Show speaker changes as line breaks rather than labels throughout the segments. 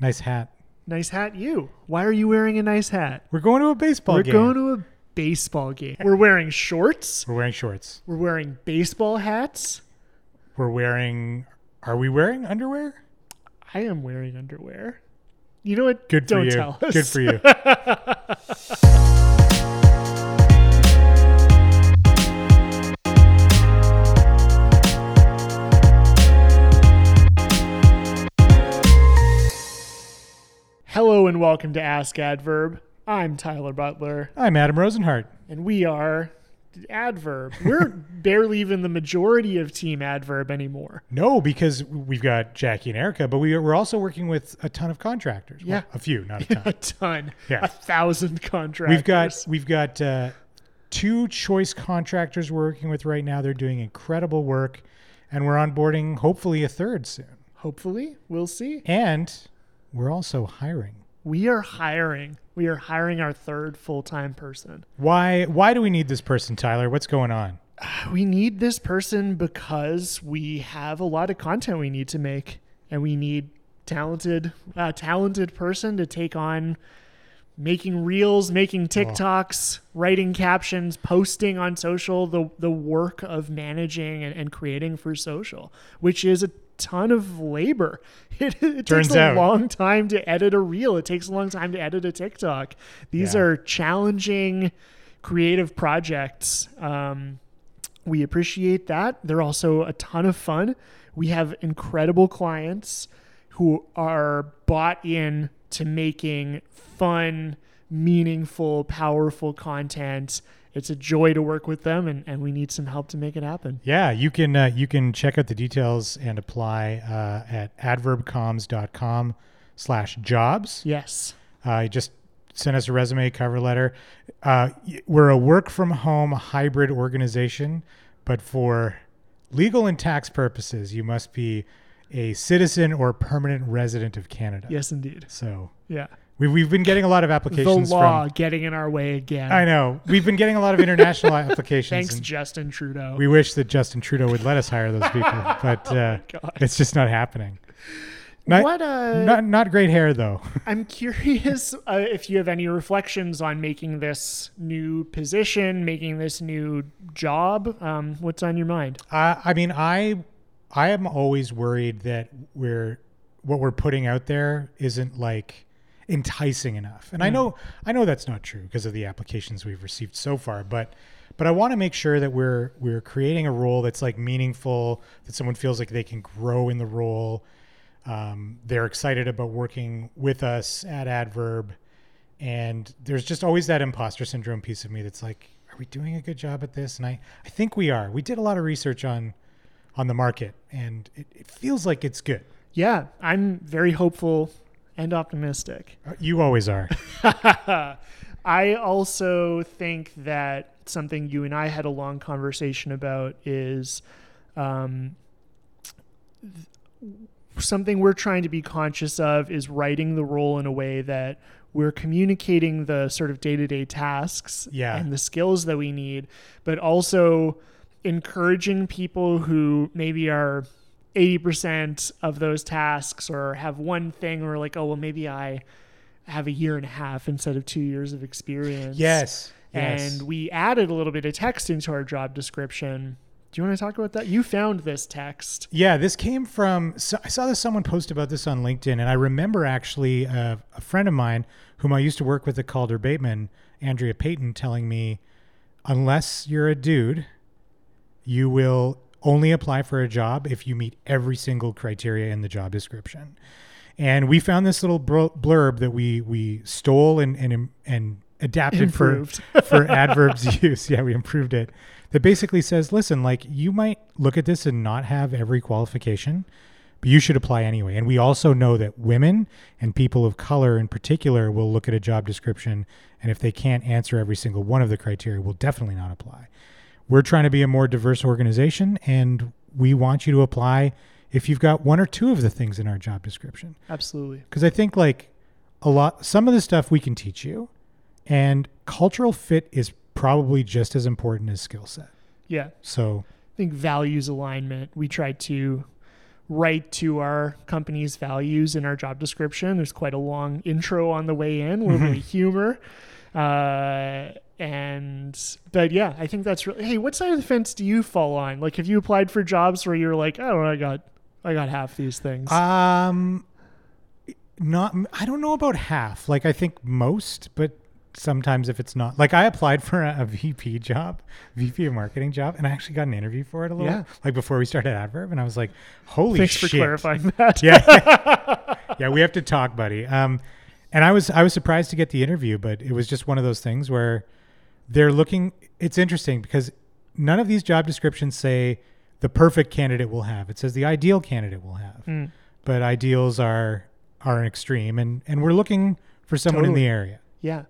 Nice hat.
Nice hat, you. Why are you wearing a nice hat?
We're going to a baseball
We're
game.
going to a baseball game. We're wearing shorts.
We're wearing shorts.
We're wearing baseball hats.
We're wearing. Are we wearing underwear?
I am wearing underwear. You know what?
Good for
Don't
you.
tell us.
Good for you.
Hello and welcome to Ask Adverb. I'm Tyler Butler,
I'm Adam Rosenhart.
and we are Adverb. We're barely even the majority of Team Adverb anymore.
No, because we've got Jackie and Erica, but we, we're also working with a ton of contractors. Well,
Yeah.
a few, not a ton.
A ton.
Yeah.
A thousand contracts.
We've got we've got uh, two choice contractors we're working with right now. They're doing incredible work, and we're onboarding hopefully a third soon.
Hopefully, we'll see.
And we're also hiring.
We are hiring. We are hiring our third full time person.
Why why do we need this person, Tyler? What's going on?
We need this person because we have a lot of content we need to make, and we need talented, a talented person to take on making reels,
Oh.
making TikToks, writing captions, posting on social, the the work of managing and, and creating for social, which is a ton of labor. It, it
Turns
takes a
out.
long time to edit a reel. It takes a long time to edit a TikTok. These
Yeah.
are challenging creative projects. Um, we appreciate that. They're also a ton of fun. We have incredible clients who are bought in to making fun, meaningful, powerful content. It's a joy to work with them, and, and we need some help to make it happen.
Yeah, you can uh, you can check out the details and apply uh, at adverbcoms.com slash jobs.
Yes.
Uh, just send us a resume, cover letter. Uh, y- we're a work from home hybrid organization, but for legal and tax purposes, you must be a citizen or permanent resident of Canada.
Yes, indeed.
So
Yeah.
we, we've been getting a lot of
The
applications
law
from.
getting in our way again.
I know we've been getting a lot of international applications.
Thanks,
and-
Justin Trudeau.
we wish that Justin Trudeau would let us hire those people, but uh,
God.
it's just not happening. Not,
what uh, a
not not great hair though.
I'm curious uh, if you have any reflections on making this new position, making this new job. Um, what's on your mind?
I, I mean, I I am always worried that we're what we're putting out there isn't like enticing enough, and I know I know that's not true because of the applications we've received so far, but. But I want to make sure that we're we're creating a role that's like meaningful, that someone feels like they can grow in the role, um, they're excited about working with us at adverb and there's just always that imposter syndrome piece of me that's like are we doing a good job at this and i, I think we are we did a lot of research on on the market and it, it feels like it's good
Yeah, I'm very hopeful and optimistic.
Uh, you always are
I also think that something you and I had a long conversation about is um, th- something we're trying to be conscious of is writing the role in a way that we're communicating the sort of day-to-day tasks
Yeah.
and the skills that we need but also encouraging people who maybe are 80% of those tasks or have one thing or like oh well maybe i have a year and a half instead of two years of experience
yes yes
and we added a little bit of text into our job description. Do you want to talk about that? You found this text.
yeah this came from so i saw this someone post about this on linkedin and i remember actually uh, a friend of mine whom i used to work with at calder bateman andrea payton telling me unless you're a dude, you will only apply for a job if you meet every single criteria in the job description. And we found this little bro- blurb that we we stole and and and adapted
Improved.
for for adverbs use. Yeah, we improved it. That basically says, listen, like you might look at this and not have every qualification, but you should apply anyway. And we also know that women and people of color in particular will look at a job description and if they can't answer every single one of the criteria, will definitely not apply. We're trying to be a more diverse organization and we want you to apply if you've got one or two of the things in our job description
Absolutely.
because I think like a lot, some of the stuff we can teach you, and cultural fit is probably just as important as skill set.
Yeah.
So
I think values alignment. We tried to right to our company's values in our job description. There's quite a long intro on the way in, a little bit of humor. Uh, and but yeah, I think that's really. Hey, what side of the fence do you fall on? Like, have you applied for jobs where you're like, oh, I got, I got half these things.
Um, not. I don't know about half. Like I think most, but sometimes if it's not, like I applied for a, a VP job, VP of marketing job, and I actually got an interview for it a little.
Yeah.
Like before we started Adverb, and I was like, "Holy
Thanks
shit!"
for clarifying that.
yeah, yeah, we have to talk, buddy. Um, and I was I was surprised to get the interview, but it was just one of those things where they're looking. It's interesting because none of these job descriptions say the perfect candidate will have. It says the ideal candidate will have,
Mm.
but ideals are are an extreme, and and we're looking for someone in
Totally.
the area.
yeah.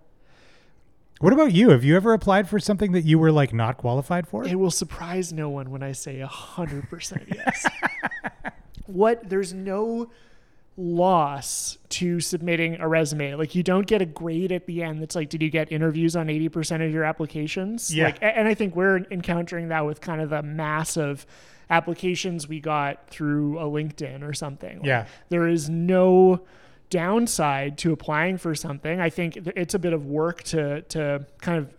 What about you? Have you ever applied for something that you were like not qualified for?
It will surprise no one when I say 100% yes. what? There's no loss to submitting a resume. Like, you don't get a grade at the end that's like, did you get interviews on 80% of your applications?
Yeah.
Like, a- and I think we're encountering that with kind of the mass of applications we got through a LinkedIn or something. Like,
Yeah.
There is no downside to applying for something. I think th- it's a bit of work to to kind of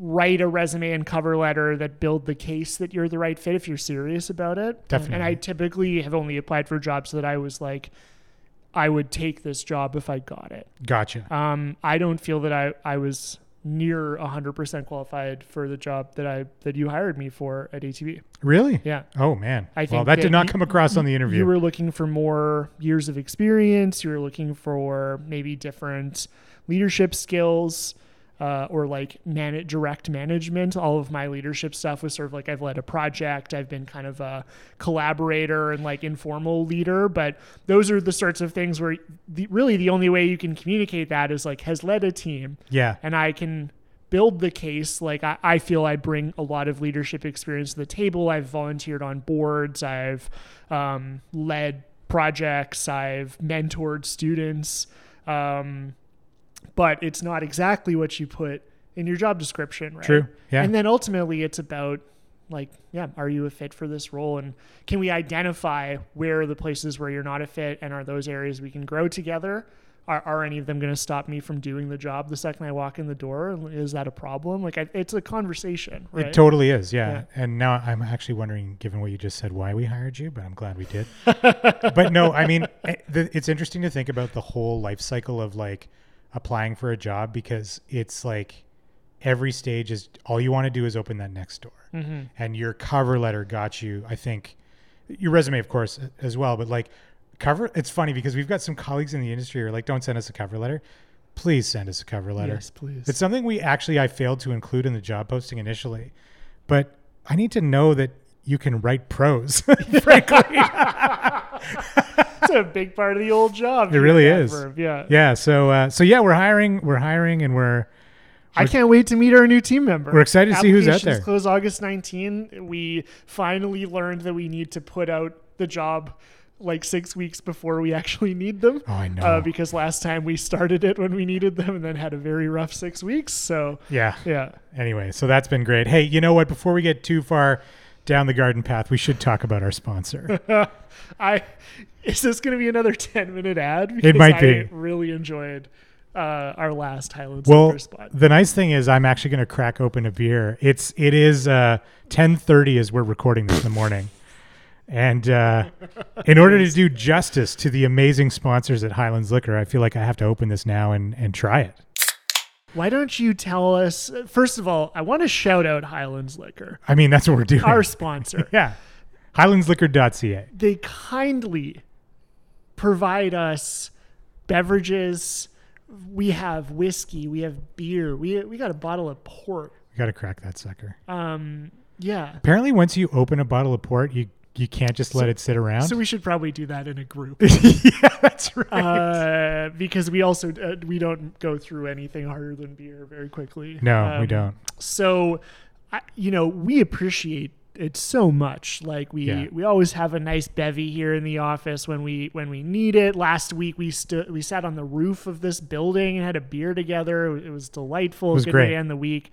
write a resume and cover letter that build the case that you're the right fit if you're serious about it. And- And I
Definitely.
typically have only applied for jobs that I was like, I would take this job if I got it.
gotcha.
Um, I don't feel that I, I was near 100% qualified for the job that I that you hired me for at ATB.
Really?
Yeah.
Oh man.
I
well,
think
that
that
did not
you-
come across on the
You
interview.
were looking for more years of experience. You were looking for maybe different leadership skills uh, or like man- direct management. All of my leadership stuff was sort of like I've led a project, I've been kind of a collaborator and like informal leader. But those are the sorts of things where the, really the only way you can communicate that is like has led a team
yeah.
and I can build the case. Like I, I feel I bring a lot of leadership experience to the table. I've volunteered on boards. I've um, led projects. I've mentored students. Um, but it's not exactly what you put in your job description, right?
True. Yeah.
And then ultimately, it's about like, yeah, are you a fit for this role? And can we identify where are the places where you're not a fit, and are those areas we can grow together? Are, are any of them going to stop me from doing the job the second I walk in the door? Is that a problem? Like, I, it's a conversation, right?
It totally is, yeah.
Yeah.
And now I'm actually wondering, given what you just said, why we hired you, but I'm glad we did. but no, I mean, eh, the- it's interesting to think about the whole life cycle of like applying for a job because it's like every stage is all you want to do is open that next door.
Mm-hmm.
And your cover letter got you, I think, your resume, of course, a- as well, but like cover, it's funny because we've got some colleagues in the industry who are like, don't send us a cover letter. Please send us a cover letter.
Yes, please.
It's something we actually I failed to include in the job posting initially, but I need to know that you can write prose. frankly,
It's a big part of the old job.
It really
that
is.
verb, Yeah.
yeah. So uh, so yeah, we're hiring, we're hiring, and we're
I can't wait to meet our new team member.
We're excited to see who's out
Applications
there.
Close August 19. We finally learned that we need to put out the job like six weeks before we actually need them.
Oh, I know.
Uh, because last time we started it when we needed them and then had a very rough six weeks. So,
yeah.
yeah.
Anyway, so that's been great. Hey, you know what? Before we get too far down the garden path, we should talk about our sponsor.
I Is this going to be another 10 minute ad? Because
might
I
be.
really enjoyed uh, our last Highlands
well,
Silver spot.
the nice thing is I'm actually going to crack open a beer. It's it is uh, 10:30 as we're recording this in the morning. And uh, in order to do justice to the amazing sponsors at Highlands Liquor, I feel like I have to open this now and, and try it.
Why don't you tell us? First of all, I want to shout out Highlands Liquor,
I mean, that's what we're doing.
our sponsor.
yeah. Highlandsliquor.ca.
they kindly provide us beverages. We have whiskey, we have beer, we we got a bottle of port.
We got to crack that sucker.
Um, yeah.
Apparently, once you open a bottle of port, you, you can't just let it sit around.
So we should probably do that in a group
yeah, that's right.
uh, because we also uh, we don't go through anything harder than beer very quickly.
no, we
Um,
don't.
So, I, you know, we appreciate it so much. Like we
Yeah.
we always have a nice bevy here in the office when we when we need it. Last week we stood we sat on the roof of this building and had a beer together. It was delightful.
was
Good way
great.
to end the week.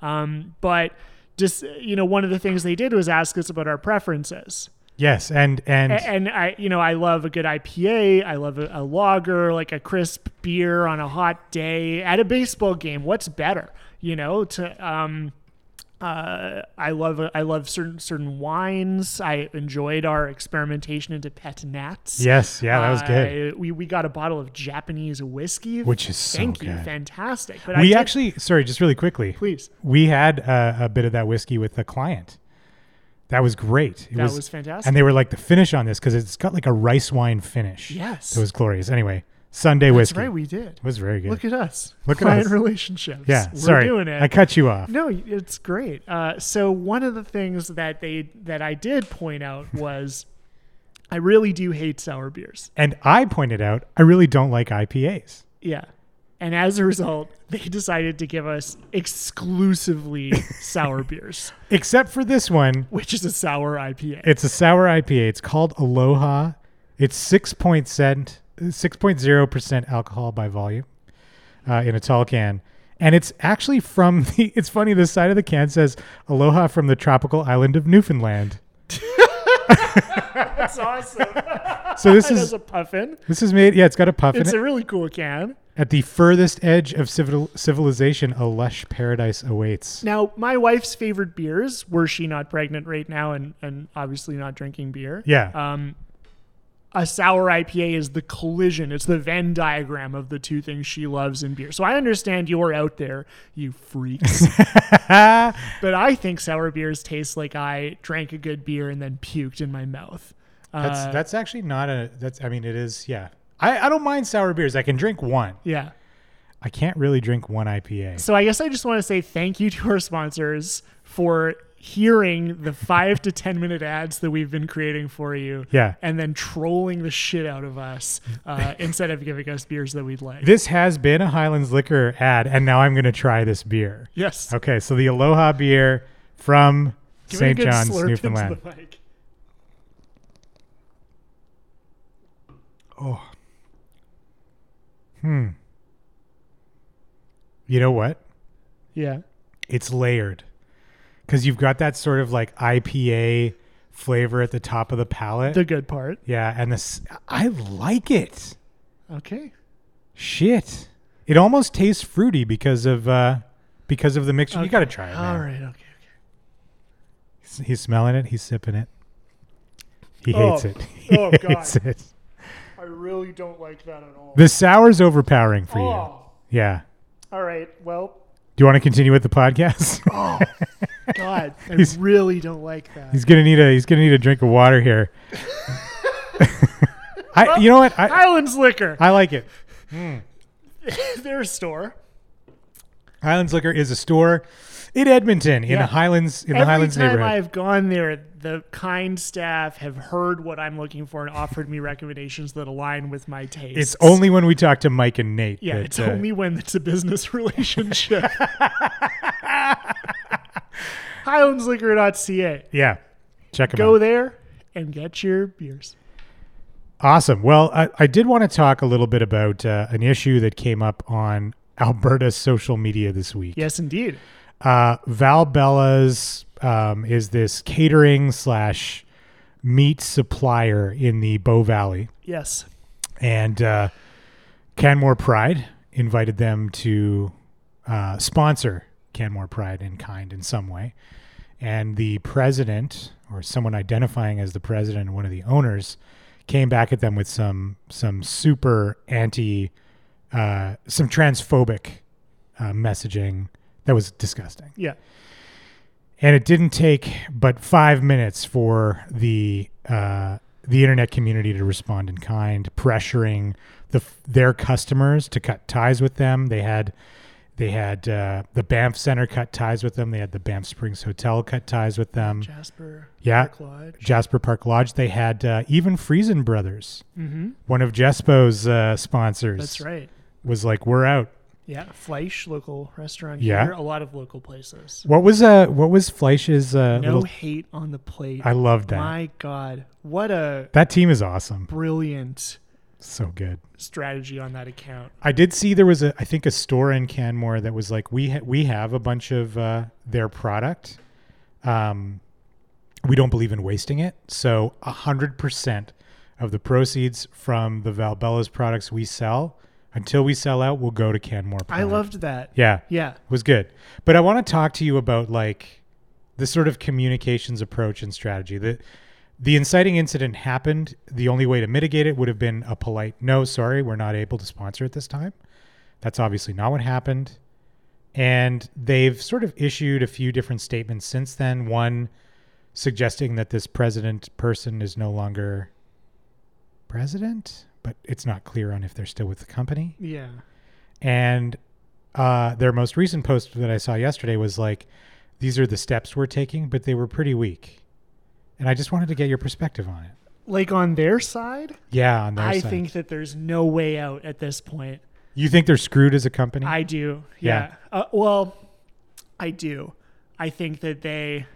Um, but just you know, one of the things they did was ask us about our preferences.
Yes, and and
A- and I, you know, I love a good IPA. I love a, a lager, like a crisp beer on a hot day at a baseball game. What's better, you know? To um, uh, I love I love certain certain wines. I enjoyed our experimentation into pet nats.
yes, yeah, that was good.
Uh, we we got a bottle of Japanese whiskey,
Which is so
thank you,
good.
fantastic. But I
we
did-
actually, sorry, just really quickly,
please
we had uh, a bit of that whiskey with the client. That was great. It
that was, fantastic.
and they were like the finish on this because it's got like a rice wine finish.
Yes.
it was glorious. Anyway, Sunday
That's
whiskey
right, we did.
was very good.
Look at us.
Look at
Client
us.
relationships.
yeah,
we're
sorry,
doing it.
I cut you off.
No, it's great. Uh, so one of the things that they that I did point out was I really do hate sour beers.
And I pointed out I really don't like IPAs.
Yeah. And as a result, they decided to give us exclusively sour beers,
Except for this one.
which is a sour IPA.
It's a sour IPA. It's called Aloha. It's 6.0% alcohol by volume uh, in a tall can. And it's actually from the, it's funny, the side of the can says Aloha from the tropical island of Newfoundland.
That's awesome.
So this
It has
is,
a puffin.
this is made, yeah, it's got a puff in
It's
it.
a really cool can.
At the furthest edge of civil, civilization, a lush paradise awaits.
Now, my wife's favorite beers, were she not pregnant right now and, and obviously not drinking beer.
Yeah.
Um, a sour IPA is the collision. It's the Venn diagram of the two things she loves in beer. So I understand you're out there, you freaks. but I think sour beers taste like I drank a good beer and then puked in my mouth.
that's,
Uh,
that's actually not a, that's, I mean, it is, yeah. I, I don't mind sour beers. I can drink one.
yeah.
I can't really drink one IPA.
So I guess I just want to say thank you to our sponsors for hearing the five to 10 minute ads that we've been creating for you.
Yeah.
And then trolling the shit out of us uh, instead of giving us beers that we'd like.
This has been a Highlands Liquor ad, and now I'm going to try this beer.
Yes.
Okay, so the Aloha beer from
Give it a
St.
good
John's,
slurp into
Newfoundland.
the mic.
Oh. Hmm. You know what?
Yeah.
It's layered because you've got that sort of like IPA flavor at the top of the palate.
The good part.
yeah, and this I like it.
Okay.
Shit, it almost tastes fruity because of uh because of the mixture. You
Okay.
got to try it.
All
man.
right. Okay. okay.
He's- He's smelling it. He's sipping it. He
Oh.
hates it. He
Oh, God.
hates it.
I really don't like that at all.
The sour's overpowering for you.
Oh.
Yeah.
All right. Well,
Do you want to continue with the podcast?
Oh, God, I
He's-
really don't like that.
he's gonna need a he's gonna need a drink of water here. I you know what I
Highlands Liquor,
I like it.
their store.
Highlands Liquor is a store in Edmonton in
Yeah.
the Highlands in the
Every
Highlands
time
neighborhood.
I've gone there, the kind staff have heard what I'm looking for and offered me recommendations that align with my taste.
It's only when we talk to Mike and Nate.
yeah,
that,
it's
uh,
only when it's a business relationship. Highlandsliquor.ca.
yeah. Check them
Go
out.
there and get your beers.
Awesome. Well, I, I did want to talk a little bit about uh, an issue that came up on Alberta's social media this week.
Yes, indeed.
uh, Val Bella's um, is this catering slash meat supplier in the Bow Valley,
Yes.
and uh, Canmore Pride invited them to uh, sponsor Canmore Pride in kind in some way, and the president or someone identifying as the president and one of the owners came back at them with some some super anti uh, some transphobic uh, messaging that was disgusting.
Yeah.
And it didn't take but five minutes for the uh, the internet community to respond in kind, pressuring the their customers to cut ties with them. They had they had uh, the Banff Center cut ties with them. They had the Banff Springs Hotel cut ties with them.
Jasper.
Mm. Yeah.
Park Lodge.
Jasper Park Lodge. They had uh, even Friesen Brothers, one of Jespo's uh, sponsors.
Mm-hmm. That's right.
Was like, we're out.
Yeah. Fleisch, local restaurant
Yeah.
here. A lot of local places.
What was uh what was Fleisch's uh,
No
little?
hate on the plate.
I loved that.
My God. What a
that team is awesome.
brilliant
So good.
strategy on that account.
I did see there was a I think a store in Canmore that was like we ha- we have a bunch of uh, their product, um, we don't believe in wasting it. So 100% of the proceeds from the Valbella's products we sell until we sell out will go to Canmore. Pride.
I loved that.
Yeah,
Yeah.
it was good. But I want to talk to you about like the sort of communications approach and strategy. The the inciting incident happened. The only way to mitigate it would have been a polite no, sorry, we're not able to sponsor it this time. That's obviously not what happened. And they've sort of issued a few different statements since then. One suggesting that this president person is no longer president, but it's not clear on if they're still with the company.
Yeah.
And uh, their most recent post that I saw yesterday was like, these are the steps we're taking, but they were pretty weak. And I just wanted to get your perspective on it.
Like on their side,
Yeah, on their
I
side.
think that there's no way out at this point.
you think they're screwed as a company.
I do.
Yeah.
Yeah. Uh, well, I do. I think that they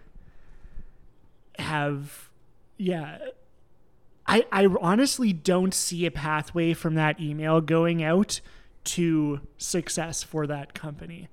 have, yeah. I, I honestly don't see a pathway from that email going out to success for that company.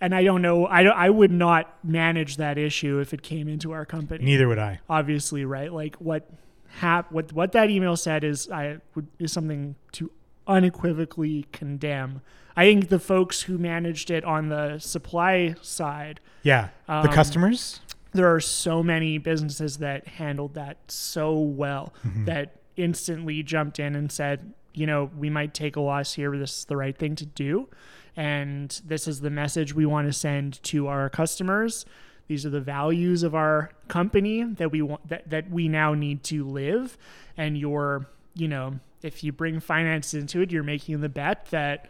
And I don't know. I, don't- I would not manage that issue if it came into our company
Neither would I.
obviously right like what hap- what what that email said is i would is something to unequivocally condemn i think the folks who managed it on the supply side
Yeah, the
Um,
customers.
there are so many businesses that handled that so well that instantly jumped in and said, you know, we might take a loss here, but this is the right thing to do. And this is the message we want to send to our customers. These are the values of our company that we want that, that we now need to live. And you're, you know, if you bring finance into it, you're making the bet that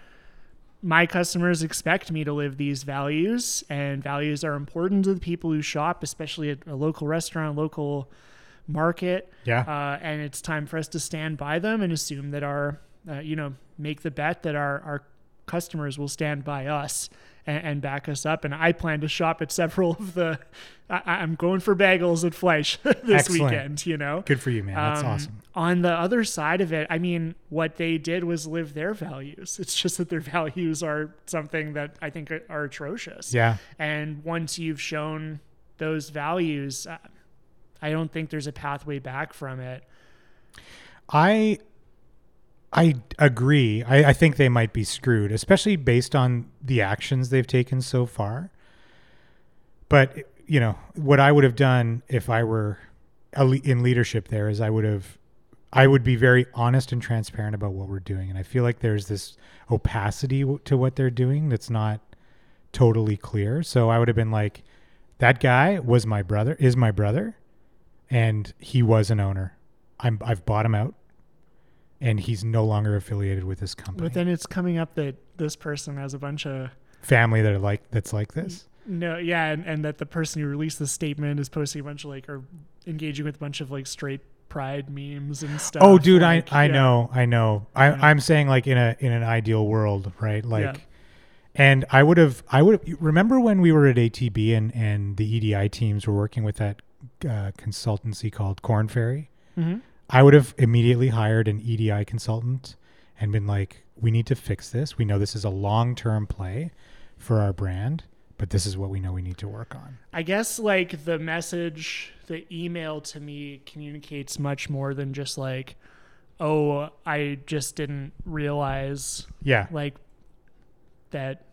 my customers expect me to live these values and values are important to the people who shop especially at a local restaurant local market
Yeah.
uh, and it's time for us to stand by them and assume that our uh, you know make the bet that our our customers will stand by us and, and back us up and i plan to shop at several of the I, i'm going for bagels at fleisch this
Excellent.
weekend you know
Good for you, man. That's
um,
awesome.
On the other side of it, I mean, what they did was live their values. It's just that their values are something that I think are, are atrocious.
Yeah,
And once you've shown those values, uh, I don't think there's a pathway back from it.
I I agree. I, I think they might be screwed, especially based on the actions they've taken so far. But you know what I would have done if I were a le- in leadership there is I would have I would be very honest and transparent about what we're doing, and I feel like there's this opacity w- to what they're doing that's not totally clear. So I would have been like, that guy was my brother, is my brother, and he was an owner. I'm I've bought him out, and he's no longer affiliated with this company.
But then it's coming up that this person has a bunch of
Family that are like that's like this.
no, yeah, and, and that the person who released the statement is posting a bunch of like or engaging with a bunch of like straight pride memes and stuff.
Oh, dude,
like,
I I
yeah.
know, I know. I, I'm saying like in a in an ideal world, right? Like,
Yeah.
and I would have, I would have, remember when we were at ATB and and the EDI teams were working with that uh, consultancy called Corn Ferry.
Mhm.
I would have immediately hired an EDI consultant and been like, we need to fix this. We know this is a long term play for our brand, but this is what we know we need to work on.
I guess like the message, the email to me communicates much more than just like, oh, I just didn't realize
Yeah.
like that,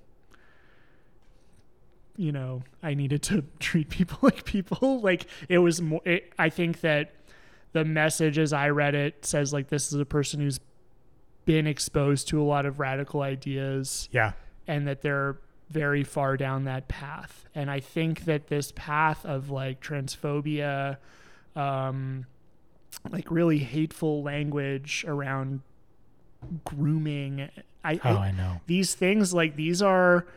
you know, I needed to treat people like people. Like it was more, it, I think that the message as I read it says like this is a person who's been exposed to a lot of radical ideas
Yeah.
and that they're very far down that path. And I think that this path of like transphobia, um, like really hateful language around grooming, I,
Oh,
I-
I know.
these things like these are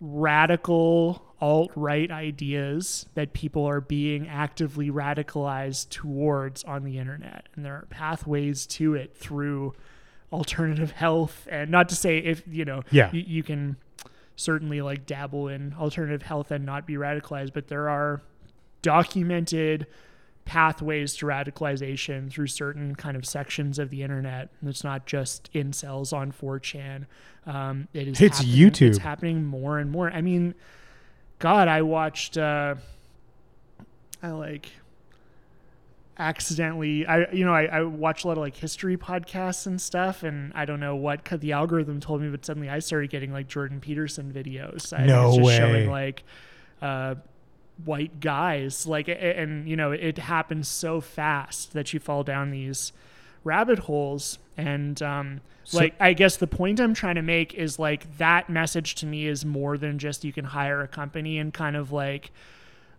radical alt right ideas that people are being actively radicalized towards on the internet. And there are pathways to it through alternative health. And not to say if, you know,
Yeah.
you, you can certainly like dabble in alternative health and not be radicalized, but there are documented pathways to radicalization through certain kind of sections of the internet. And It's not just incels on 4chan. Um, it is
It's
happening-
YouTube.
It's happening more and more. I mean, God, I watched. Uh, I like accidentally I you know I, I watch a lot of like history podcasts and stuff and I don't know what cut the algorithm told me but suddenly I started getting like Jordan Peterson videos I think
No
it's just
way.
showing like uh white guys like a- a- and you know it happens so fast that you fall down these rabbit holes and um
So-
like I guess the point I'm trying to make is like that message to me is more than just you can hire a company and kind of like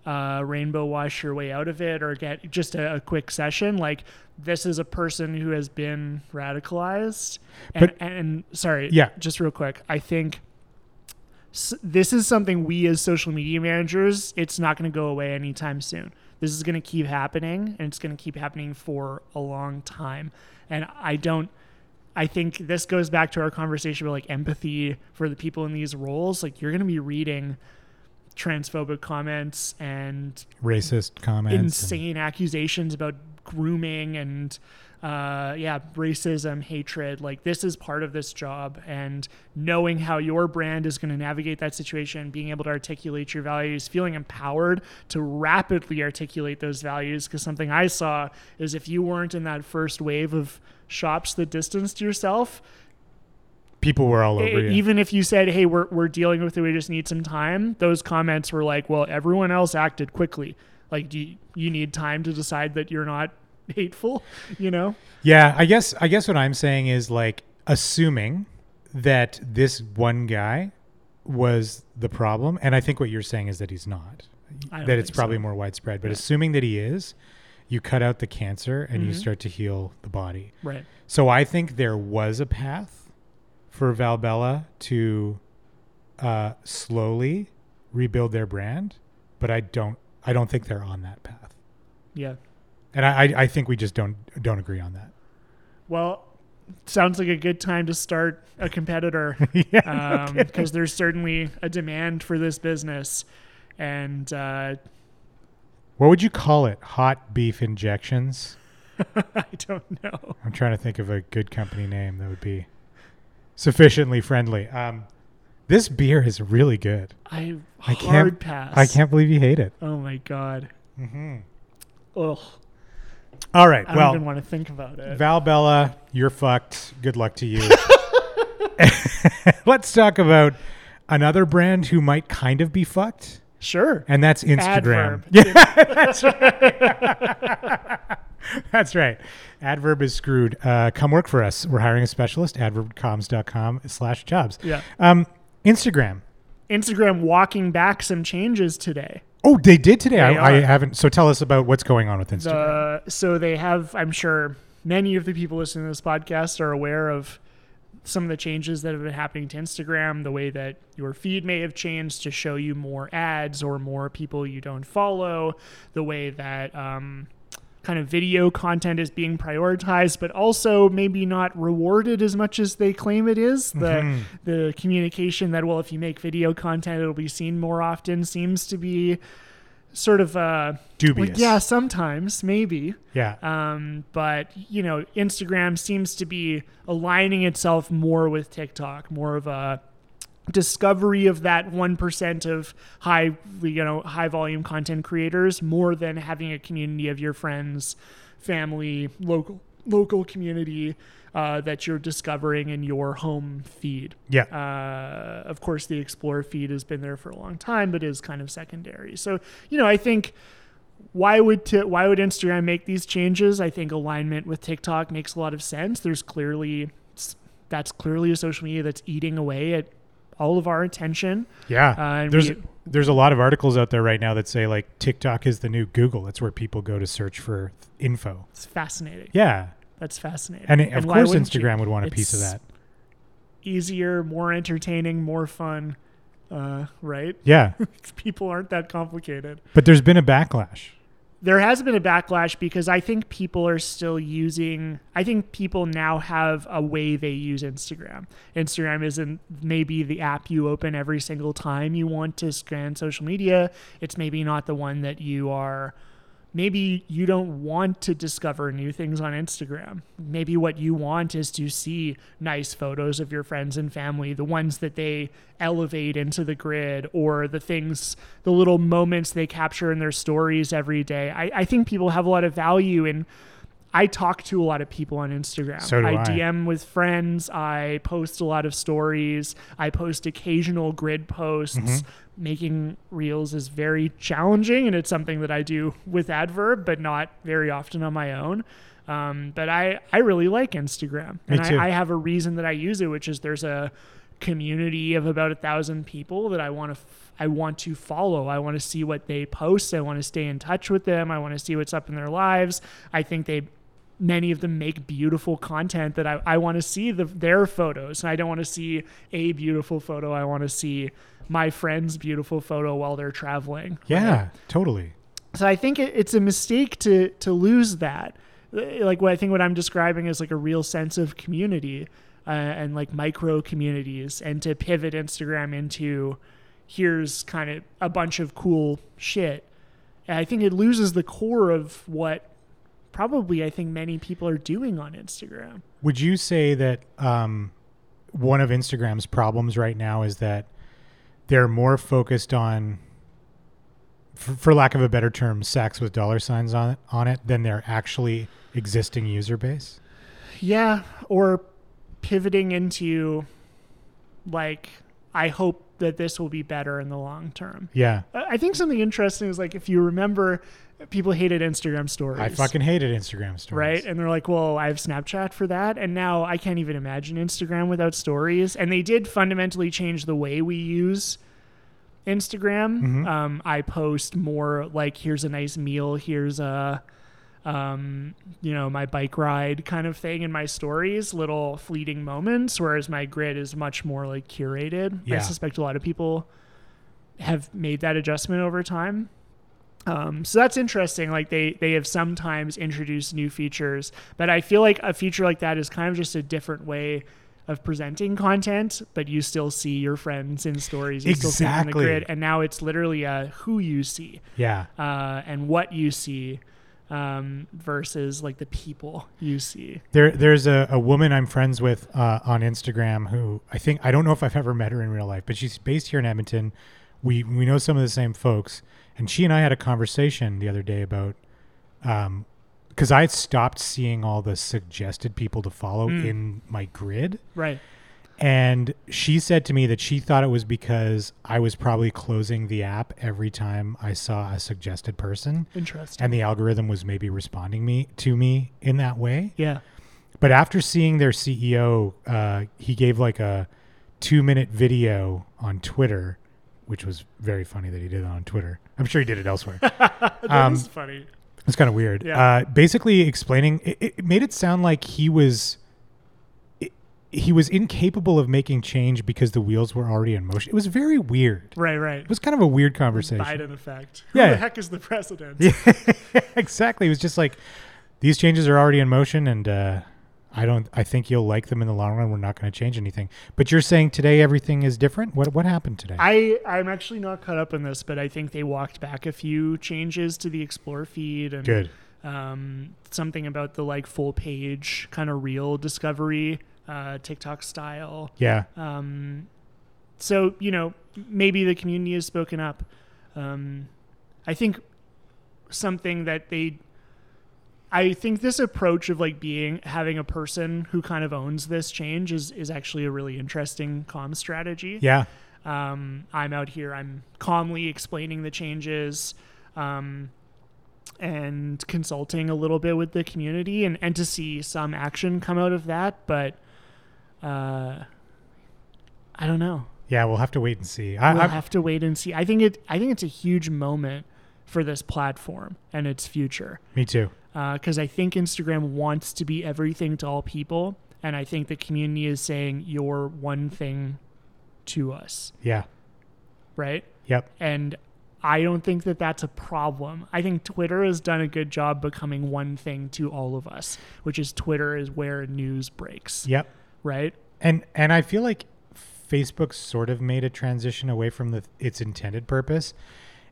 uh, rainbow wash your way out of it or get just a, a quick session. Like this is a person who has been radicalized. And,
But-
and, and sorry,
Yeah.
just real quick. I think s- this is something we as social media managers, it's not going to go away anytime soon. This is going to keep happening and it's going to keep happening for a long time. And I don't I think this goes back to our conversation about like empathy for the people in these roles. Like you're going to be reading transphobic comments and
Racist comments. and-
insane accusations about grooming and uh yeah racism hatred like this is part of this job and knowing how your brand is going to navigate that situation being able to articulate your values feeling empowered to rapidly articulate those values because something i saw is if you weren't in that first wave of shops that distanced yourself
people were all over
it-
you.
E, even if you said, "Hey, we're we're dealing with it. We just need some time," those comments were like, "Well, everyone else acted quickly. Like, do you, you need time to decide that you're not hateful?" You know?
Yeah, I guess I guess what I'm saying is like assuming that this one guy was the problem, and I think what you're saying is that he's not.
I don't
That it's
think
probably
so.
more widespread, but assuming that he is, you cut out the cancer and
Mm-hmm.
you start to heal the body.
right.
So I think there was a path for Valbella to uh, slowly rebuild their brand, but I don't I don't think they're on that path,
Yeah.
and I I, I think we just don't don't agree on that.
Well, sounds like a good time to start a competitor
yeah.
because there's certainly a demand for this business, and uh,
What would you call it? Hot beef injections?
I don't know.
I'm trying to think of a good company name that would be sufficiently friendly. Um, this beer is really good.
I,
I can't-
hard pass.
I can't believe you hate it.
Oh my god.
Mm-hmm.
Ugh.
All right.
I don't even
Well,
want to think about it.
Valbella, you're fucked. Good luck to you. Let's talk about another brand who might kind of be fucked,
sure.
and that's Instagram.
Adverb.
That's right. Adverb is screwed. Uh, come work for us. We're hiring a specialist. Adverbcoms.com slash jobs.
Yeah.
Um, Instagram.
Instagram walking back some changes today.
Oh, they did today.
They
I, I
are.
haven't. So tell us about what's going on with Instagram.
The, Uh, so they have, I'm sure many of the people listening to this podcast are aware of some of the changes that have been happening to Instagram, the way that your feed may have changed to show you more ads or more people you don't follow, the way that um, kind of video content is being prioritized, but also maybe not rewarded as much as they claim it is. The the communication that well, if you make video content, it'll be seen more often seems to be sort of uh,
Dubious.
like, yeah, sometimes maybe.
yeah.
Um, but you know, Instagram seems to be aligning itself more with TikTok, more of a discovery of that 1% of high you know high volume content creators more than having a community of your friends family local local community uh, that you're discovering in your home feed
yeah.
uh, of course, the Explore feed has been there for a long time, but is kind of secondary. So, you know, I think why would t- why would Instagram make these changes? I think alignment with TikTok makes a lot of sense. There's clearly that's clearly a social media that's eating away at all of our attention.
yeah.
uh, and
there's
we-
there's a lot of articles out there right now that say like TikTok is the new Google. That's where people go to search for info.
It's fascinating.
Yeah.
That's fascinating.
And, it- of
why
course,
wouldn't you?
Instagram would want a piece of
It's
that.
Easier, more entertaining, more fun. Uh, right?
Yeah.
People aren't that complicated.
but there's been a backlash.
there has been a backlash because I think people are still using. I think people now have a way they use Instagram. Instagram isn't maybe the app you open every single time you want to scan social media. It's maybe not the one that you are maybe you don't want to discover new things on Instagram. Maybe what you want is to see nice photos of your friends and family, the ones that they elevate into the grid or the things, the little moments they capture in their stories every day. I, I think people have a lot of value in. I talk to a lot of people on Instagram.
So do I.
DM with friends. I post a lot of stories. I post occasional grid posts. Making reels is very challenging, and it's something that I do with Adverb, but not very often on my own. Um, but I, I really like Instagram, and
too.
I, I have a reason that I use it, which is there's a community of about a thousand people that I want to. F- I want to follow. I want to see what they post. I want to stay in touch with them. I want to see what's up in their lives. I think they many of them make beautiful content that I, I want to see the, their photos. And I don't want to see a beautiful photo. I want to see my friend's beautiful photo while they're traveling.
Yeah, totally.
So I think it, it's a mistake to to lose that. Uh, Like what I think what I'm describing is like a real sense of community uh, and like micro communities, and to pivot Instagram into here's kind of a bunch of cool shit. And I think it loses the core of what probably I think many people are doing on Instagram.
Would you say that um, one of Instagram's problems right now is that they're more focused on, for, for lack of a better term, sacks with dollar signs on it, on it than their actually existing user base?
Yeah, or pivoting into like I hope that this will be better in the long term.
Yeah,
I I think something interesting is like if you remember, people hated Instagram stories.
I fucking hated Instagram stories.
right, and they're like, "Well, I have Snapchat for that," and now I can't even imagine Instagram without stories. And they did fundamentally change the way we use Instagram.
Mm-hmm.
Um, I post more like, "Here's a nice meal," "Here's a." Um, you know, my bike ride kind of thing in my stories, little fleeting moments, whereas my grid is much more like curated.
Yeah.
I suspect a lot of people have made that adjustment over time. Um, so that's interesting. Like they they have sometimes introduced new features, but I feel like a feature like that is kind of just a different way of presenting content. But you still see your friends in stories, you still see them on the
Exactly.
grid, and now it's literally a who you see
Yeah.
uh, and what you see um, versus like the people you see.
There, there's a, a woman I'm friends with uh, on Instagram who I think I don't know if I've ever met her in real life, but she's based here in Edmonton. We we know some of the same folks, and she and I had a conversation the other day about because I had stopped seeing all the suggested people to follow in my grid,
Right.
and she said to me that she thought it was because I was probably closing the app every time I saw a suggested person,
Interesting.
and the algorithm was maybe responding me to me in that way.
yeah.
But after seeing their CEO, uh, he gave like a two minute video on Twitter, which was very funny that he did it on Twitter. I'm sure he did it elsewhere.
That
Um,
is funny.
it's kind of weird.
Yeah.
Uh, basically, explaining it, it made it sound like he was. it- He was incapable of making change because the wheels were already in motion. It was very weird.
Right. Right.
It was kind of a weird conversation.
Biden effect. Who
Yeah.
the heck is the president?
exactly. It was just like these changes are already in motion, and uh, I don't. I think you'll like them in the long run. We're not going to change anything. But you're saying today everything is different. What what happened today?
I I'm actually not caught up in this, but I think they walked back a few changes to the Explore feed and
Good.
um, something about the like full page kind of real discovery uh, TikTok style.
Yeah.
Um, so you know maybe the community has spoken up. Um, I think something that they I think this approach of like being having a person who kind of owns this change is is actually a really interesting comm strategy
yeah.
um, I'm out here, I'm calmly explaining the changes um, and consulting a little bit with the community and, and to see some action come out of that. But uh, I don't know.
Yeah. We'll have to wait and see. I,
We'll
I,
have to wait and see. I think it. I think it's a huge moment for this platform and its future
me too.
because I think Instagram wants to be everything to all people, and I think the community is saying you're one thing to us,
Yeah.
right?
Yep.
And I don't think that that's a problem. I think Twitter has done a good job becoming one thing to all of us, which is Twitter is where news breaks,
Yep.
right?
And and I feel like Facebook sort of made a transition away from the its intended purpose.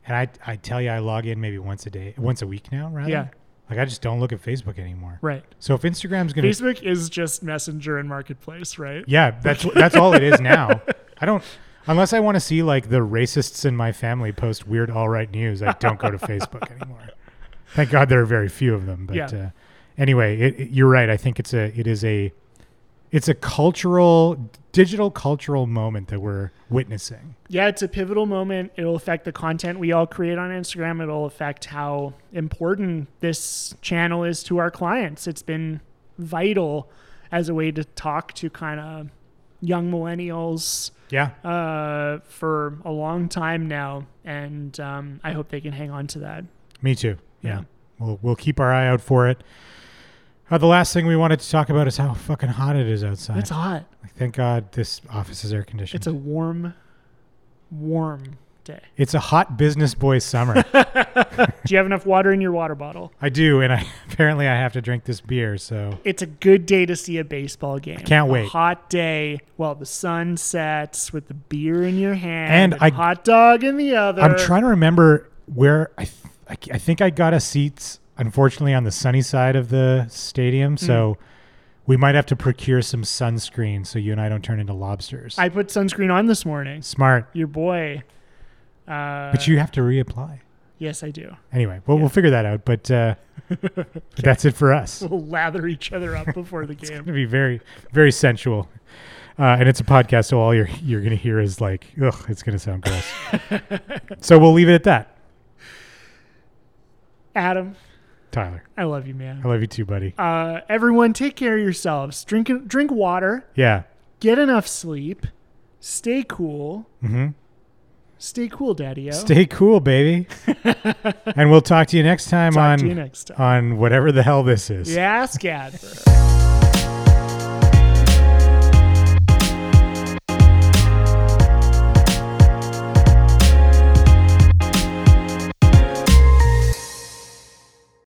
And I I tell you, I log in maybe once a day, once a week now, rather.
Yeah.
Like I just don't look at Facebook anymore.
Right.
So if Instagram's gonna,
Facebook is just Messenger and Marketplace, right?
yeah, that's that's all it is now. I don't. Unless I want to see like the racists in my family post weird all right news, I don't go to Facebook anymore. Thank God there are very few of them. But
Yeah.
uh, anyway, it, it- you're right. I think it's a it is a it's a cultural digital cultural moment that we're witnessing.
yeah, it's a pivotal moment. It'll affect the content we all create on Instagram. It'll affect how important this channel is to our clients. It's been vital as a way to talk to kind of young millennials
Yeah.
uh, for a long time now, and um, I hope they can hang on to that.
Me too. Yeah.
Yeah.
We'll we'll keep our eye out for it. Uh, the last thing we wanted to talk about is how fucking hot it is outside.
It's hot.
Like, Thank God this office is air conditioned.
It's a warm, warm day.
it's a hot business boy summer.
Do you have enough water in your water bottle?
I do, and I apparently I have to drink this beer. So
It's a good day to see a baseball game.
can't
A
wait.
hot day while the sun sets with the beer in your hand
And I-
hot dog in the other.
I'm trying to remember where I, th- I c- I think I got a seats. Unfortunately, on the sunny side of the stadium,
Hmm.
so we might have to procure some sunscreen so you and I don't turn into lobsters.
I put sunscreen on this morning.
Smart,
Your boy. Uh,
but you have to reapply.
yes, I do.
Anyway, well, we'll figure that out. But uh, that's it for us. It's
We'll lather each other up before the game.
gonna be very, very sensual, uh, and it's a podcast, so all you're you're gonna hear is like, ugh, it's gonna sound gross. so we'll leave it at that,
Adam,
Tyler.
I love you, man.
I love you too, buddy.
Uh, everyone, take care of yourselves. Drink drink water.
Yeah.
Get enough sleep. Stay cool.
hmm
Stay cool, Daddy. Talk
Stay cool, baby. and we'll talk to you next time on
to you next time.
on whatever the hell this is.
Yeah, Scadver.